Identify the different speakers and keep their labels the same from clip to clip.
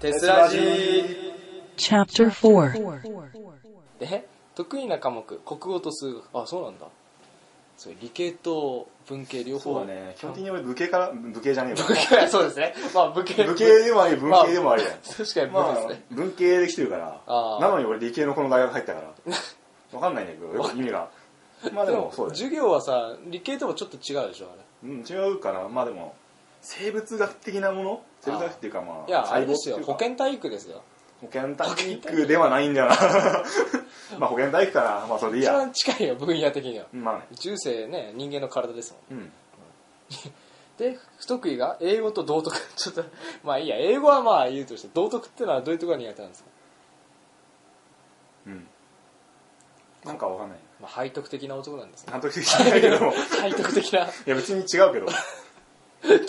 Speaker 1: テスラジー
Speaker 2: Chapter 4
Speaker 1: で得意な科目国語と数学あそうなんだそれ理系と文系両方
Speaker 3: そうだね基本的に俺武家から武家じゃねえ
Speaker 1: 文系 そうですねまあ文系
Speaker 3: わ武家でもあり文系でもありだよ、
Speaker 1: 確かに
Speaker 3: ま
Speaker 1: 文です
Speaker 3: あ
Speaker 1: ね、
Speaker 3: 文系できてるから
Speaker 1: あー
Speaker 3: なのに俺理系のこの大学入ったからわかんないんだけどよ く意味がまあでもそうだよ、
Speaker 1: 授業はさ理系ともちょっと違うでしょあれ
Speaker 3: うん、違うかなまあでも生物学的なもの生物学っていうかまあ
Speaker 1: いやあれ
Speaker 3: 細胞
Speaker 1: で
Speaker 3: っ
Speaker 1: す
Speaker 3: てい
Speaker 1: よ
Speaker 3: うか
Speaker 1: 保健体育ですよ
Speaker 3: 保健体育ではないんだよな まあ保健体育かなまあそれでいい
Speaker 1: 一
Speaker 3: や
Speaker 1: 番近いよ分野的には
Speaker 3: うんまあね
Speaker 1: 宇宙生ね人間の体ですもん
Speaker 3: うん
Speaker 1: で不得意が英語と道徳 ちょっとまあいいや英語はまあ言うとして道徳ってのはどういうところが苦手なんですか、
Speaker 3: うんなんかわかんない
Speaker 1: まあ、背徳的な男なんですね
Speaker 3: 監督的じゃないけども
Speaker 1: 背徳的ない
Speaker 3: や別に違うけど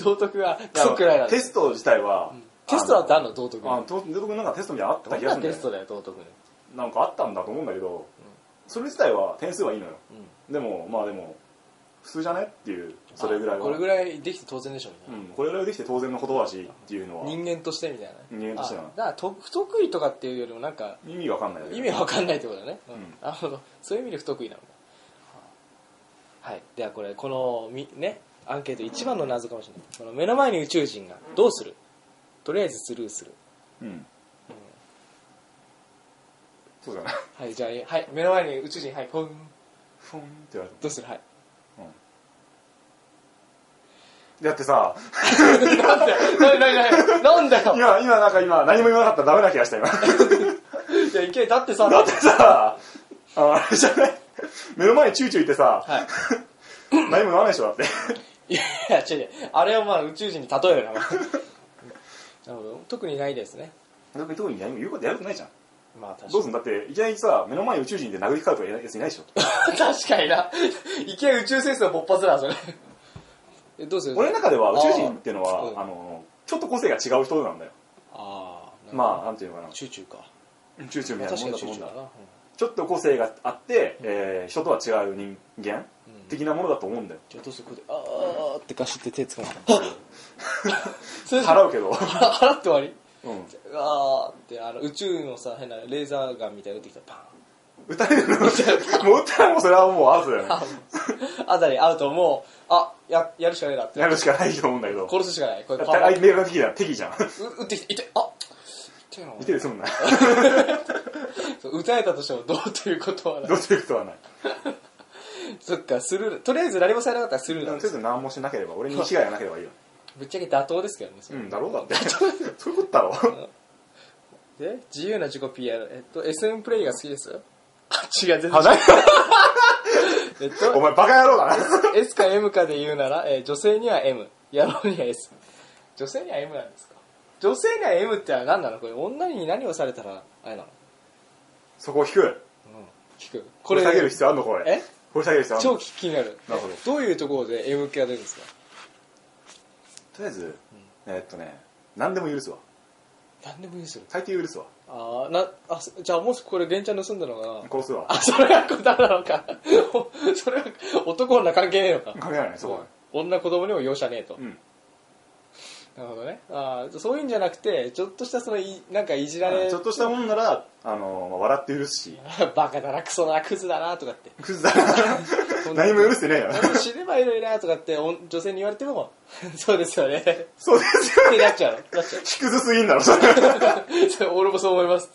Speaker 1: 道徳がクソくらいなんで
Speaker 3: テ
Speaker 1: す
Speaker 3: スト自体は、
Speaker 1: テストだってあんの道徳に
Speaker 3: あと僕なんかテストみたいなのあった
Speaker 1: ど
Speaker 3: 気
Speaker 1: ん
Speaker 3: がす
Speaker 1: な
Speaker 3: るんだ
Speaker 1: テ
Speaker 3: よ
Speaker 1: ストだよ道徳に
Speaker 3: なんかあったんだと思うんだけど、それ自体は点数はいいのよでもまあでも普通じゃねっていうそれぐらいは
Speaker 1: これぐらいできて当然でしょみた
Speaker 3: う
Speaker 1: い
Speaker 3: ん、これぐらいできて当然のことだしっていうのは
Speaker 1: な人間としてみたいな
Speaker 3: 人間としてな
Speaker 1: あだからと不得意とかっていうよりもなんか
Speaker 3: 意味わかんない
Speaker 1: 意味わかんないってことだね、うん
Speaker 3: うん
Speaker 1: なるほどそういう意味で不得意なのかはいではこれこのみねアンケート一番の謎かもしれないこの目の前に宇宙人がどうするとりあえずスルーする
Speaker 3: うんそうじゃない
Speaker 1: はいじゃあはい目の前に宇宙人はいポン
Speaker 3: ふんって言われて
Speaker 1: どうするはい
Speaker 3: だってさ
Speaker 1: なんだよなんだよなんだよ
Speaker 3: 今今なんか今何も言わなかったらダメな気がした今
Speaker 1: いやいけだってさ
Speaker 3: だってさあれじゃない目の前にチューチューいてさ、
Speaker 1: はい
Speaker 3: 何も言わないでしょだって
Speaker 1: いやいや、違う違う。あれはまあ宇宙人に例えるな。なるほど。特にないですね。
Speaker 3: 特に何も言うことやることないじゃん
Speaker 1: まあ確か
Speaker 3: どう
Speaker 1: に
Speaker 3: すんだっていきなりさ目の前に宇宙人で殴りかかるとかやついないでしょ。
Speaker 1: 確かにな。いきなり宇宙戦争勃発だ、それ。えどうする
Speaker 3: 俺の中では宇宙人っていうの
Speaker 1: あー
Speaker 3: は
Speaker 1: うん
Speaker 3: あのちょっと個性が違う人なんだよ
Speaker 1: ああ、
Speaker 3: まあ
Speaker 1: あ。
Speaker 3: なんていうのかな
Speaker 1: チューチューか。
Speaker 3: 宇宙人み
Speaker 1: まあ
Speaker 3: たいな
Speaker 1: 確
Speaker 3: も
Speaker 1: か
Speaker 3: ん
Speaker 1: にチューチュー
Speaker 3: だと思うんだ
Speaker 1: だな。うん
Speaker 3: ちょっと個性があって、えー人とは違う人間的なものだと思うんだよ
Speaker 1: じゃあどうするこれで、あーってガシって手つ かまえた。それ払
Speaker 3: 払うけど、
Speaker 1: 払って終わり
Speaker 3: うん、
Speaker 1: あーって、あの、宇宙のさ、変なレーザーガンみたいなの打ってきたら
Speaker 3: 撃たれるのもう撃ったらもうそれはもうアウトだよね
Speaker 1: パン。 あたりアウトもう、あ、や、やるしかねえなって。
Speaker 3: やるしかないと思うんだけど
Speaker 1: 殺すしかない。これパワー
Speaker 3: 相手が敵じゃん敵じゃん
Speaker 1: う打ってきて、痛いて、あ痛いな
Speaker 3: 見てるそんな
Speaker 1: そう打たれたとしてもどうということはな
Speaker 3: ど。
Speaker 1: いう
Speaker 3: することはない
Speaker 1: そっか、スルー、とりあえず何もされなかったらスルー
Speaker 3: で
Speaker 1: なん
Speaker 3: も
Speaker 1: で
Speaker 3: とり
Speaker 1: す
Speaker 3: あえず何もしなければ俺に被害がなければいいよ
Speaker 1: ぶっちゃけ妥当ですけどね、それ
Speaker 3: うんだろうだって そういうことだろ
Speaker 1: で、自由な自己 PR、えっと、SM プレイが好きです違う、全然違う。えっ
Speaker 3: お
Speaker 1: と、
Speaker 3: 前バカ野郎だな
Speaker 1: S か M かで言うなら、えー女性には M、野郎には S。女性には M なんですか女性には M ってのは何なのこれ、女に何をされたら、あれなの
Speaker 3: そこを引く
Speaker 1: うん。聞く。こ
Speaker 3: これ
Speaker 1: れ、
Speaker 3: 下げる必要あんのこれ
Speaker 1: え
Speaker 3: これ下げる必要あんの
Speaker 1: 超気になる。
Speaker 3: なるほど
Speaker 1: どういうところで M 系が出るんですか
Speaker 3: とりあえず、えーっとね何でも許すわ
Speaker 1: 何でもいいですよ。
Speaker 3: 大抵許すわ
Speaker 1: ああ、な、あ、そじゃあもしこれ、玄ちゃん盗んだのかな
Speaker 3: 殺すわ
Speaker 1: あ、それは答えなのか。 それは、男女関係ねえのか。
Speaker 3: 関係ないねそこは
Speaker 1: 女子供にも容赦ねえと。
Speaker 3: うん
Speaker 1: なるほどね。ああ、そういうんじゃなくて、ちょっとしたそのい、なんかいじられ、
Speaker 3: ちょっとしたもんならあの、まあ、笑って許す し
Speaker 1: バカだな、クソだな、クズだな、とかって。
Speaker 3: クズだな何も許してね えよ
Speaker 1: 何も死ねばいいのにな、とかって、お女性に言われても、そうですよね。って
Speaker 3: そうですよ
Speaker 1: なっちゃうの。なっちゃう
Speaker 3: 卑屈すぎんだろそ れ
Speaker 1: それ。俺もそう 思います。つ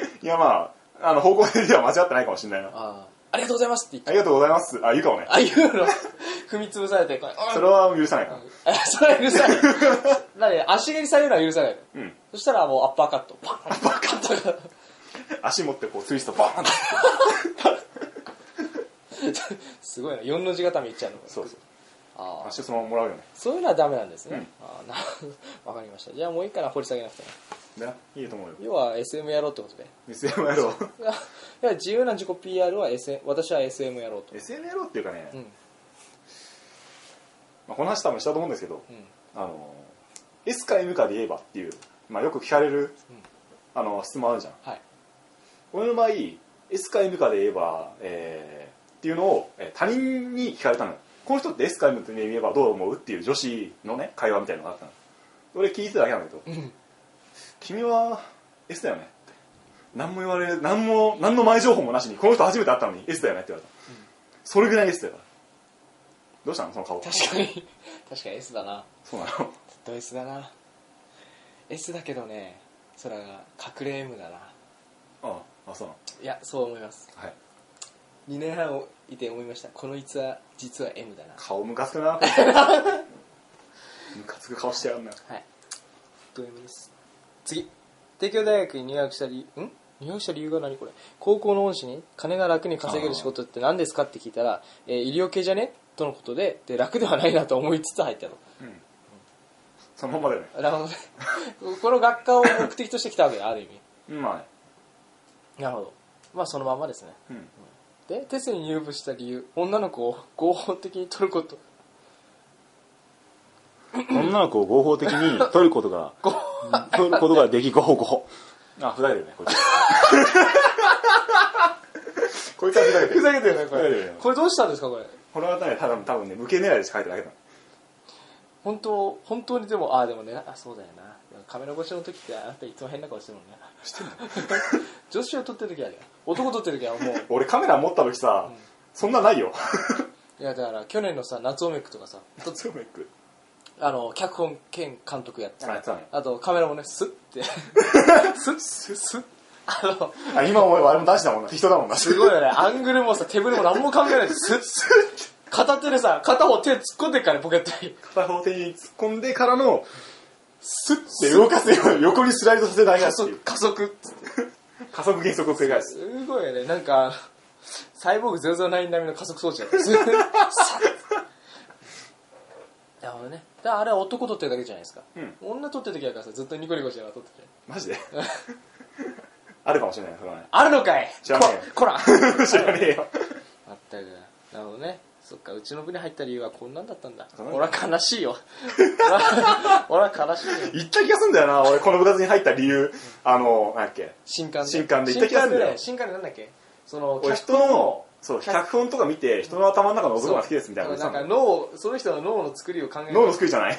Speaker 1: って。
Speaker 3: いやまああの方向性では間違ってないかもしれないなあ
Speaker 1: ああ、ありがとうございますって言って。
Speaker 3: りがとうございますあ言うかもね
Speaker 1: ああいうの、 踏み潰されて、これ
Speaker 3: それは許さないか
Speaker 1: あそれは許さない。なに、足蹴りされるのは許さない。
Speaker 3: うん
Speaker 1: そしたらもうアッパーカット。パンアッパーカットが。
Speaker 3: ら足持ってこうツイストバーンって
Speaker 1: すごいな。4の字固めいっちゃうの。
Speaker 3: そうそう
Speaker 1: あー
Speaker 3: 足そのままもらうよね
Speaker 1: そういうのはダメなんですね。あーな わかりました。じゃあもういいかな、掘り下げなくても。
Speaker 3: ないいと思うよ
Speaker 1: 要は SM やろうってことで。
Speaker 3: SM 野郎
Speaker 1: いやいや、自由な自己 PR は SM、私は SM やろうと。
Speaker 3: SM 野郎っていうかね、
Speaker 1: うん。
Speaker 3: まあ、この話多分したと思うんですけど、
Speaker 1: うん。
Speaker 3: あの S か M かで言えばっていう、まあ、よく聞かれる、
Speaker 1: ん
Speaker 3: あの質問あるじゃん
Speaker 1: はい。
Speaker 3: 俺の場合 S か M かで言えば、えーっていうのを、えー他人に聞かれたのよこの人って S か M って言えばどう思うっていう女子のね会話みたいなのがあったの俺聞いてただけなんだけど、君は S だよねって何も言われる何も何の前情報もなしにこの人初めて会ったのに S だよねって言われた、それぐらい S だよどうしたのその顔
Speaker 1: 確かに 確かに S だな
Speaker 3: そうなの
Speaker 1: ずっと S だな S だけどねそれが隠れ M だな
Speaker 3: あああそうない
Speaker 1: やそう思います
Speaker 3: のはい
Speaker 1: 2年半いて思いましたこのいつは実は M だな
Speaker 3: 顔ムカつく なムカつく顔してやがんな
Speaker 1: はいド M です次帝京大学に入学した理由ん入学した理由が何これ高校の恩師に金が楽に稼げる仕事って何ですかって聞いたら、えー医療系じゃねとのことでで楽ではないなと思いつつ入ったの
Speaker 3: うんそのまんまだよね
Speaker 1: なるほどね この学科を目的としてきたわけだある意味
Speaker 3: うんまあね
Speaker 1: なるほどまあそのまんまですね
Speaker 3: うん
Speaker 1: で鉄に入部した理由女の子を合法的に取ること
Speaker 3: 女の子を合法的に取ることが取ることができ合法合法あふざけてるねこい つこいつはふざけてる
Speaker 1: ふざけてるねこ
Speaker 3: ふざけてる
Speaker 1: れ
Speaker 3: ね
Speaker 1: これどうしたんですかこれ
Speaker 3: これはね多分多分ね無形狙いでしか書いてないけ
Speaker 1: 本当本当にでもああでもねあそうだよなカメラ越しの時ってあなたいつも変な顔してるもんね
Speaker 3: してんの
Speaker 1: 女子を撮ってる時はね男撮ってる時はもう
Speaker 3: 俺カメラ持った時さ、
Speaker 1: うん
Speaker 3: そんなないよ
Speaker 1: いやだから去年のさ夏オメクとかさ
Speaker 3: どっちも行く
Speaker 1: あの脚本兼監督やって
Speaker 3: あやってたね
Speaker 1: あとカメラもねスッ てスッスッスッあの
Speaker 3: あ今思えばあれも男子だもんな適当だ もんな
Speaker 1: すごいよねアングルもさ手ぶれも何も考えないでスッスッ片手でさ片方手突っ込んでっからねポケットに
Speaker 3: 片方手に突っ込んでからのスッて動かすように横にスライドさせない
Speaker 1: 加
Speaker 3: やつっていう
Speaker 1: 速加速っつって
Speaker 3: 加速減速を繰り返す
Speaker 1: すごいよねなんかサイボーグ009並みの加速装置だった さっなるほどねだからあれは男撮ってるだけじゃないですか、
Speaker 3: うん
Speaker 1: 女撮ってる時だからさずっとニコニコしながら撮ってて
Speaker 3: マ ジであるかもしれないそれはね
Speaker 1: あるのかい
Speaker 3: 知らねえよ
Speaker 1: ここら
Speaker 3: 知らねえよ
Speaker 1: まったくなるほどねそっかうちの部に入った理由はこんなんだったんだ
Speaker 3: そうなんだ
Speaker 1: 俺は悲しい よ俺は俺は悲しいよ
Speaker 3: 言った気がするんだよな俺この部活に入った理由あのなんだっけ
Speaker 1: 新刊
Speaker 3: 新刊で行った気がするんだよ
Speaker 1: 新刊でなんだっけその
Speaker 3: 俺人のそう脚本とか見て人の頭の中の覗くのが好きですみたいなこと
Speaker 1: な
Speaker 3: 言
Speaker 1: ん
Speaker 3: っ
Speaker 1: か
Speaker 3: てたの
Speaker 1: 脳をその人の脳の作りを考える
Speaker 3: 脳の救いじゃない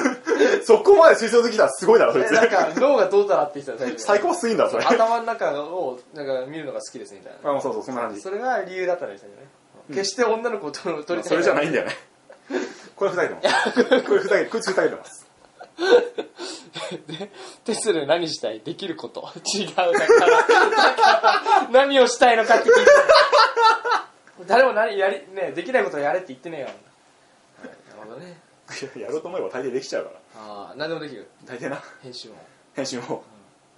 Speaker 3: そこまで推奨できたらすごいだろそい
Speaker 1: えなん
Speaker 3: つ
Speaker 1: か脳がどうたらって言ってたら
Speaker 3: 最高すぎんだそれ あ
Speaker 1: 頭の中をなんか見るのが好きですみたいな
Speaker 3: そうそうそんな感じ
Speaker 1: それが理由だったんですよね決して女の子を取る取りたい
Speaker 3: それじゃないんだよねこれふざけてますこれふざけてこいつふざけてます
Speaker 1: でテスで何したいで きること違うだからだから何をしたいのかって聞いてる誰も何やりねできないことをやれって言ってねえよ、なるほどね
Speaker 3: いややろうと思えば大抵できちゃうから
Speaker 1: ああ何でもできる
Speaker 3: 大抵な
Speaker 1: 編集も
Speaker 3: 編集も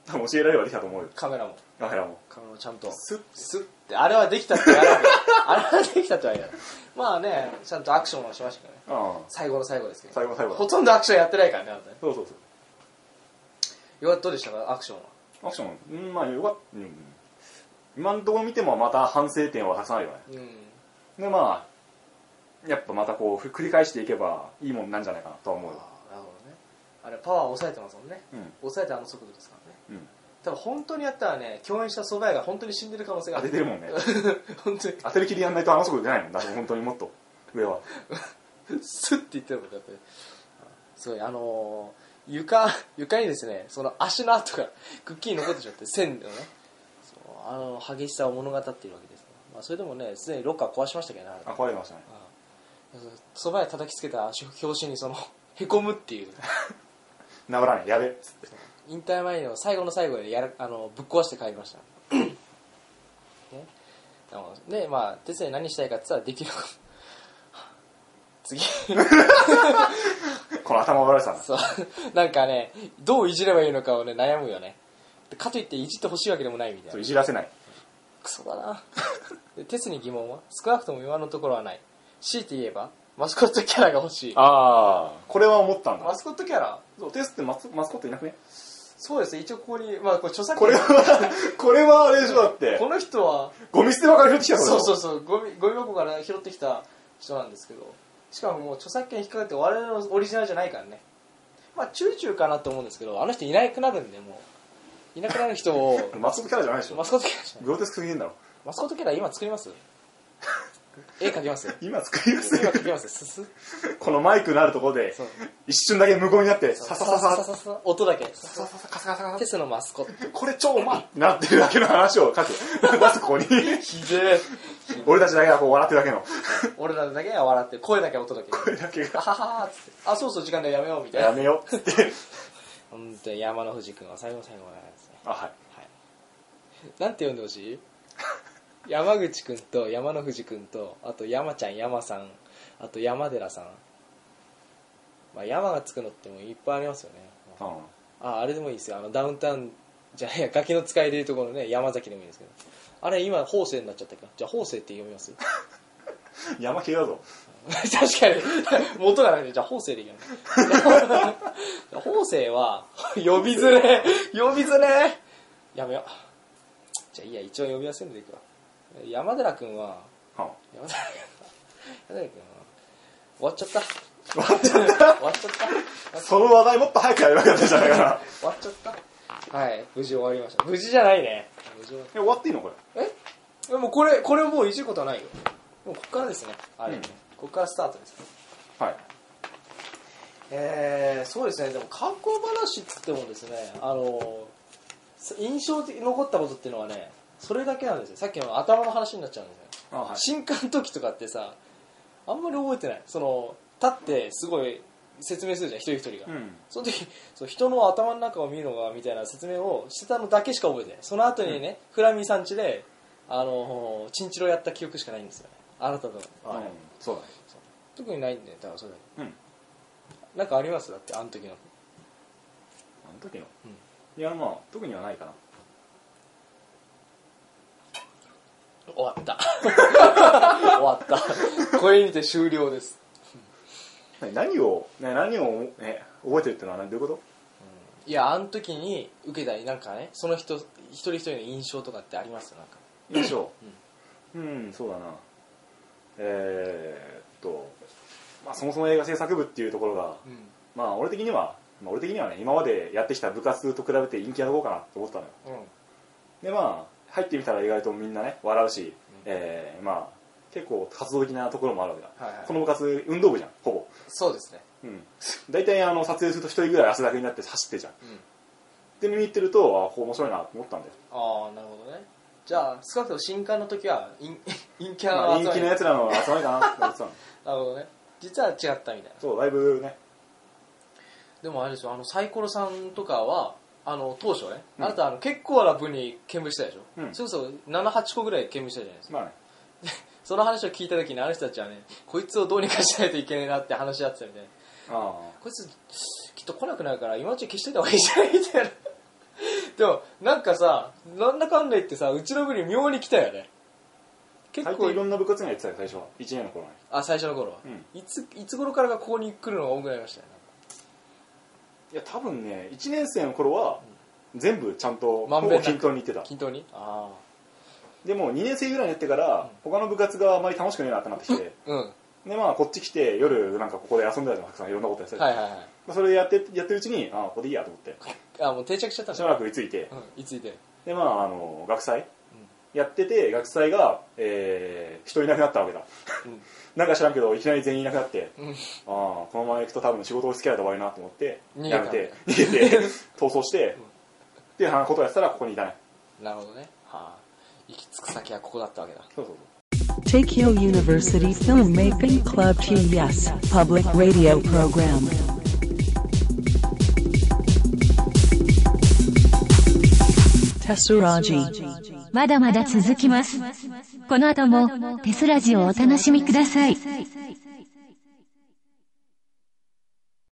Speaker 3: 多分教えられればできたと思うよ
Speaker 1: カメラも
Speaker 3: カメラも
Speaker 1: カメラもちゃんと
Speaker 3: スッ
Speaker 1: スッてあれはできたってやる あれはできたってはやるまあねちゃんとアクションはしましたけどね
Speaker 3: ああ
Speaker 1: 最後の最後ですけど
Speaker 3: 最後の最後だ
Speaker 1: ほとんどアクションやってないからねあなたね
Speaker 3: そうそうそう
Speaker 1: よかったどうでしたかアクションは
Speaker 3: アクションうんまあよかった、うん、今のところ見てもまた反省点はたくさんあるよね
Speaker 1: うん
Speaker 3: でまあやっぱまたこうふ繰り返していけばいいもんなんじゃないかなとは思うよ
Speaker 1: なるほどねあれパワー抑えてますもんね
Speaker 3: うん
Speaker 1: 抑えてあの速度ですからね
Speaker 3: うん
Speaker 1: 多分本当にやったらね共演した蕎麦屋が本当に死んでる可能性が
Speaker 3: 当
Speaker 1: あ
Speaker 3: て
Speaker 1: る
Speaker 3: てるもんね
Speaker 1: 本当に
Speaker 3: 当てる気でやんないとあの速度出ないもんだって本当にもっと上は
Speaker 1: スッて言ってるもんだってすごいあのー床床にですねその足の跡がくっきり残ってしまって線のねそうあの激しさを物語っているわけです、まあ、それでもねすでにロッカー壊しましたけどねあれ
Speaker 3: あ壊れてましたね
Speaker 1: 蕎麦屋叩きつけた表紙にそのへこむっていう
Speaker 3: 治らないやべっつって
Speaker 1: 引退前の最後の最後でやるあのぶっ壊して帰りました ねあのでまあ哲也何したいかって言ったらできること 次
Speaker 3: この頭悪さな
Speaker 1: そうなんかねどういじればいいのかをね悩むよねでかといっていじってほしいわけでもないみたい
Speaker 3: そう
Speaker 1: ない
Speaker 3: じらせない
Speaker 1: クソだなで哲に疑問は少なくとも今のところはない強いて言えばマスコットキャラが欲しい
Speaker 3: ああこれは思ったんだ
Speaker 1: マスコットキャラ
Speaker 3: そうテスってマスマスコットいなくね
Speaker 1: そうですね一応ここにまあこれ著作
Speaker 3: これはこれはあれでしょだって
Speaker 1: この人は
Speaker 3: ゴミ捨て場から拾ってきた
Speaker 1: そうそううそうゴミゴミ箱から拾ってきた人なんですけどしかももう著作権引っかかって我々のオリジナルじゃないからねまあチューチューかなと思うんですけどあの人いなくなるんでもういなくなる人を
Speaker 3: マスコットキャラじゃないでし
Speaker 1: マ
Speaker 3: ょ
Speaker 1: スコットキャラじゃない
Speaker 3: グロテスクすぎんだろ
Speaker 1: マスコットキャラ今作ります絵描きますよ
Speaker 3: 今作りやすい
Speaker 1: 今描きますよススッ
Speaker 3: このマイクのあるところで
Speaker 1: そう
Speaker 3: 一瞬だけ無言になって
Speaker 1: そう
Speaker 3: さささささ
Speaker 1: ささ音だけ
Speaker 3: さささカサカサカ
Speaker 1: テ
Speaker 3: サ
Speaker 1: スのマスコット
Speaker 3: これ超うまいってなってるだけの話を書く出すこ こに
Speaker 1: ひでえ
Speaker 3: 俺たちだけがこう笑ってるだけの
Speaker 1: 俺らだけは笑ってる声だけ音だけ
Speaker 3: これだけ
Speaker 1: あ
Speaker 3: が
Speaker 1: ははっつってあそうそう時間だやめようみたいな
Speaker 3: やめよ うっつって
Speaker 1: 本当に山の富士君は最後の最後なんですね
Speaker 3: あはい
Speaker 1: なんて呼んでほしい山口君と山の富士君とあと山ちゃん山さんあと山寺さんまあ山がつくのってもういっぱいありますよね
Speaker 3: うん
Speaker 1: ああれでもいいですよあのダウンタウンじゃねえやガキの使いでいうところのね山崎でもいいですけどあれ今法政になっちゃったかじゃあ法政って読みます
Speaker 3: 山系だぞ
Speaker 1: 確かに元がないんでじゃあ法政でいい かな法政は 呼びづれ呼びづれやめようじゃあいいや一応呼び忘れんでいくわ山寺君は
Speaker 3: うん終
Speaker 1: 山寺君山寺君は終わっちゃった
Speaker 3: わっちゃった
Speaker 1: 終わっちゃった
Speaker 3: その話題もっと早くやればよかったじゃないかな
Speaker 1: 終わっちゃったはい無事終わりました無事じゃないね無事終わ
Speaker 3: え終わっていいのこれ
Speaker 1: えでもこれこれもういじることはないよもうこっからですねあれ、
Speaker 3: うん
Speaker 1: こっからスタートです
Speaker 3: はい
Speaker 1: えー、そうですねでも過去話っつってもですねあの印象的に残ったことっていうのはねそれだけなんですよさっきの頭の話になっちゃうんですよ
Speaker 3: あは
Speaker 1: 新刊の時とかってさあんまり覚えてないその立ってすごい説明するじゃん一人一人が、
Speaker 3: うん
Speaker 1: その時そう人の頭の中を見るのがみたいな説明をしてたのだけしか覚えてないその後にね、フラミさん家であのチンチロやった記憶しかないんですよねあなたと
Speaker 3: うんそうだね
Speaker 1: 特にないんでだからそれだけ
Speaker 3: うん
Speaker 1: なんかありますだってあの時の
Speaker 3: あの時の、
Speaker 1: うん
Speaker 3: いやまあ特にはないかな
Speaker 1: 終わった 終わったこれにて終了です
Speaker 3: ね何を、ね、何を、ね、覚えてるってのは何どういうこ
Speaker 1: いやあの時に受けたりなんかねその人一人一人の印象とかってありますなんか
Speaker 3: とよいしょうん、そうだなえー、っと、まあ、そもそも映画制作部っていうところが、
Speaker 1: う
Speaker 3: まあ俺的には、まあ、俺的にはね今までやってきた部活と比べて陰気なとこうかなと思ってたのよ
Speaker 1: んうん
Speaker 3: でまあ入ってみたら意外とみんなね笑うし、
Speaker 1: ん
Speaker 3: えーまあ結構活動的なところもあるわけだ、
Speaker 1: はいはい
Speaker 3: この部活運動部じゃんほぼ
Speaker 1: そうですね
Speaker 3: うん大体あの撮影すると一人ぐらい汗だくになって走ってるじゃん
Speaker 1: うん
Speaker 3: で見に行ってるとあここ面白いなと思ったんだよ
Speaker 1: ああなるほどねじゃあ少なくとも新刊の時は陰 陰キャ
Speaker 3: まあ、
Speaker 1: ラの
Speaker 3: 人気
Speaker 1: 集
Speaker 3: の
Speaker 1: まり
Speaker 3: やつらの集まりかなって思ってたの
Speaker 1: なるほどね実は違ったみたいな
Speaker 3: そうだいぶね
Speaker 1: でもあれでしょあのサイコロさんとかはあの当初ね、
Speaker 3: うん
Speaker 1: あなたあの結構な分に見舞したでしょ、
Speaker 3: うん
Speaker 1: それこそ78個ぐらい見舞したじゃないですか
Speaker 3: まあね
Speaker 1: その話を聞いた時にあの人たちはねこいつをどうにかしないといけねえなって話し合ってたみたいな
Speaker 3: あ
Speaker 1: こいつきっと来なくなるから今のうちに消しといた方がいいじゃないみたいなでもなんかさなんだかんだ言ってさうちの部に妙に来たよね
Speaker 3: あ
Speaker 1: 結
Speaker 3: 大
Speaker 1: 構
Speaker 3: 体いろんな部活にはやってたよ最初は1年の頃ね
Speaker 1: あ最初の頃は、
Speaker 3: う
Speaker 1: いついつ頃からがここに来るのが多くなりましたよ、ね、
Speaker 3: いや多分ね1年生の頃は全部ちゃんと
Speaker 1: ま
Speaker 3: ほ
Speaker 1: んべんな
Speaker 3: ぼ
Speaker 1: く
Speaker 3: 均等に行ってた
Speaker 1: 均等にあ
Speaker 3: でも2年生ぐらいになってから他の部活があまり楽しくねえなってなってきて
Speaker 1: あうんは
Speaker 3: でまあこっち来て夜なんかここで遊んでたじゃんたくさんいろんなことやって
Speaker 1: い
Speaker 3: た
Speaker 1: は
Speaker 3: り
Speaker 1: いはい
Speaker 3: まあそれやってやってるうちにああここでいいやと思って
Speaker 1: あもう定着しちゃったん
Speaker 3: し
Speaker 1: だ
Speaker 3: ばらく追いついて
Speaker 1: うんいついて
Speaker 3: でまああの学祭やってて学祭が、えー人いなくなったわけだ
Speaker 1: うん
Speaker 3: なんか知らんけどいきなり全員いなくなって
Speaker 1: うん
Speaker 3: ああこのまま行くと多分仕事をつけられて終わりなと思って
Speaker 1: 逃げ
Speaker 3: や
Speaker 1: た
Speaker 3: め
Speaker 1: んだ
Speaker 3: て逃げて逃走して、っていうことをやってたらここにいたね
Speaker 1: なるほどねはあ行き着く先はここだったわけだ
Speaker 3: そうそうそう
Speaker 2: Takeo University Filmmaking Club TES Public Radio Program. Tessuraji.
Speaker 4: まだまだ続きます。この後もテスラジをお楽しみください。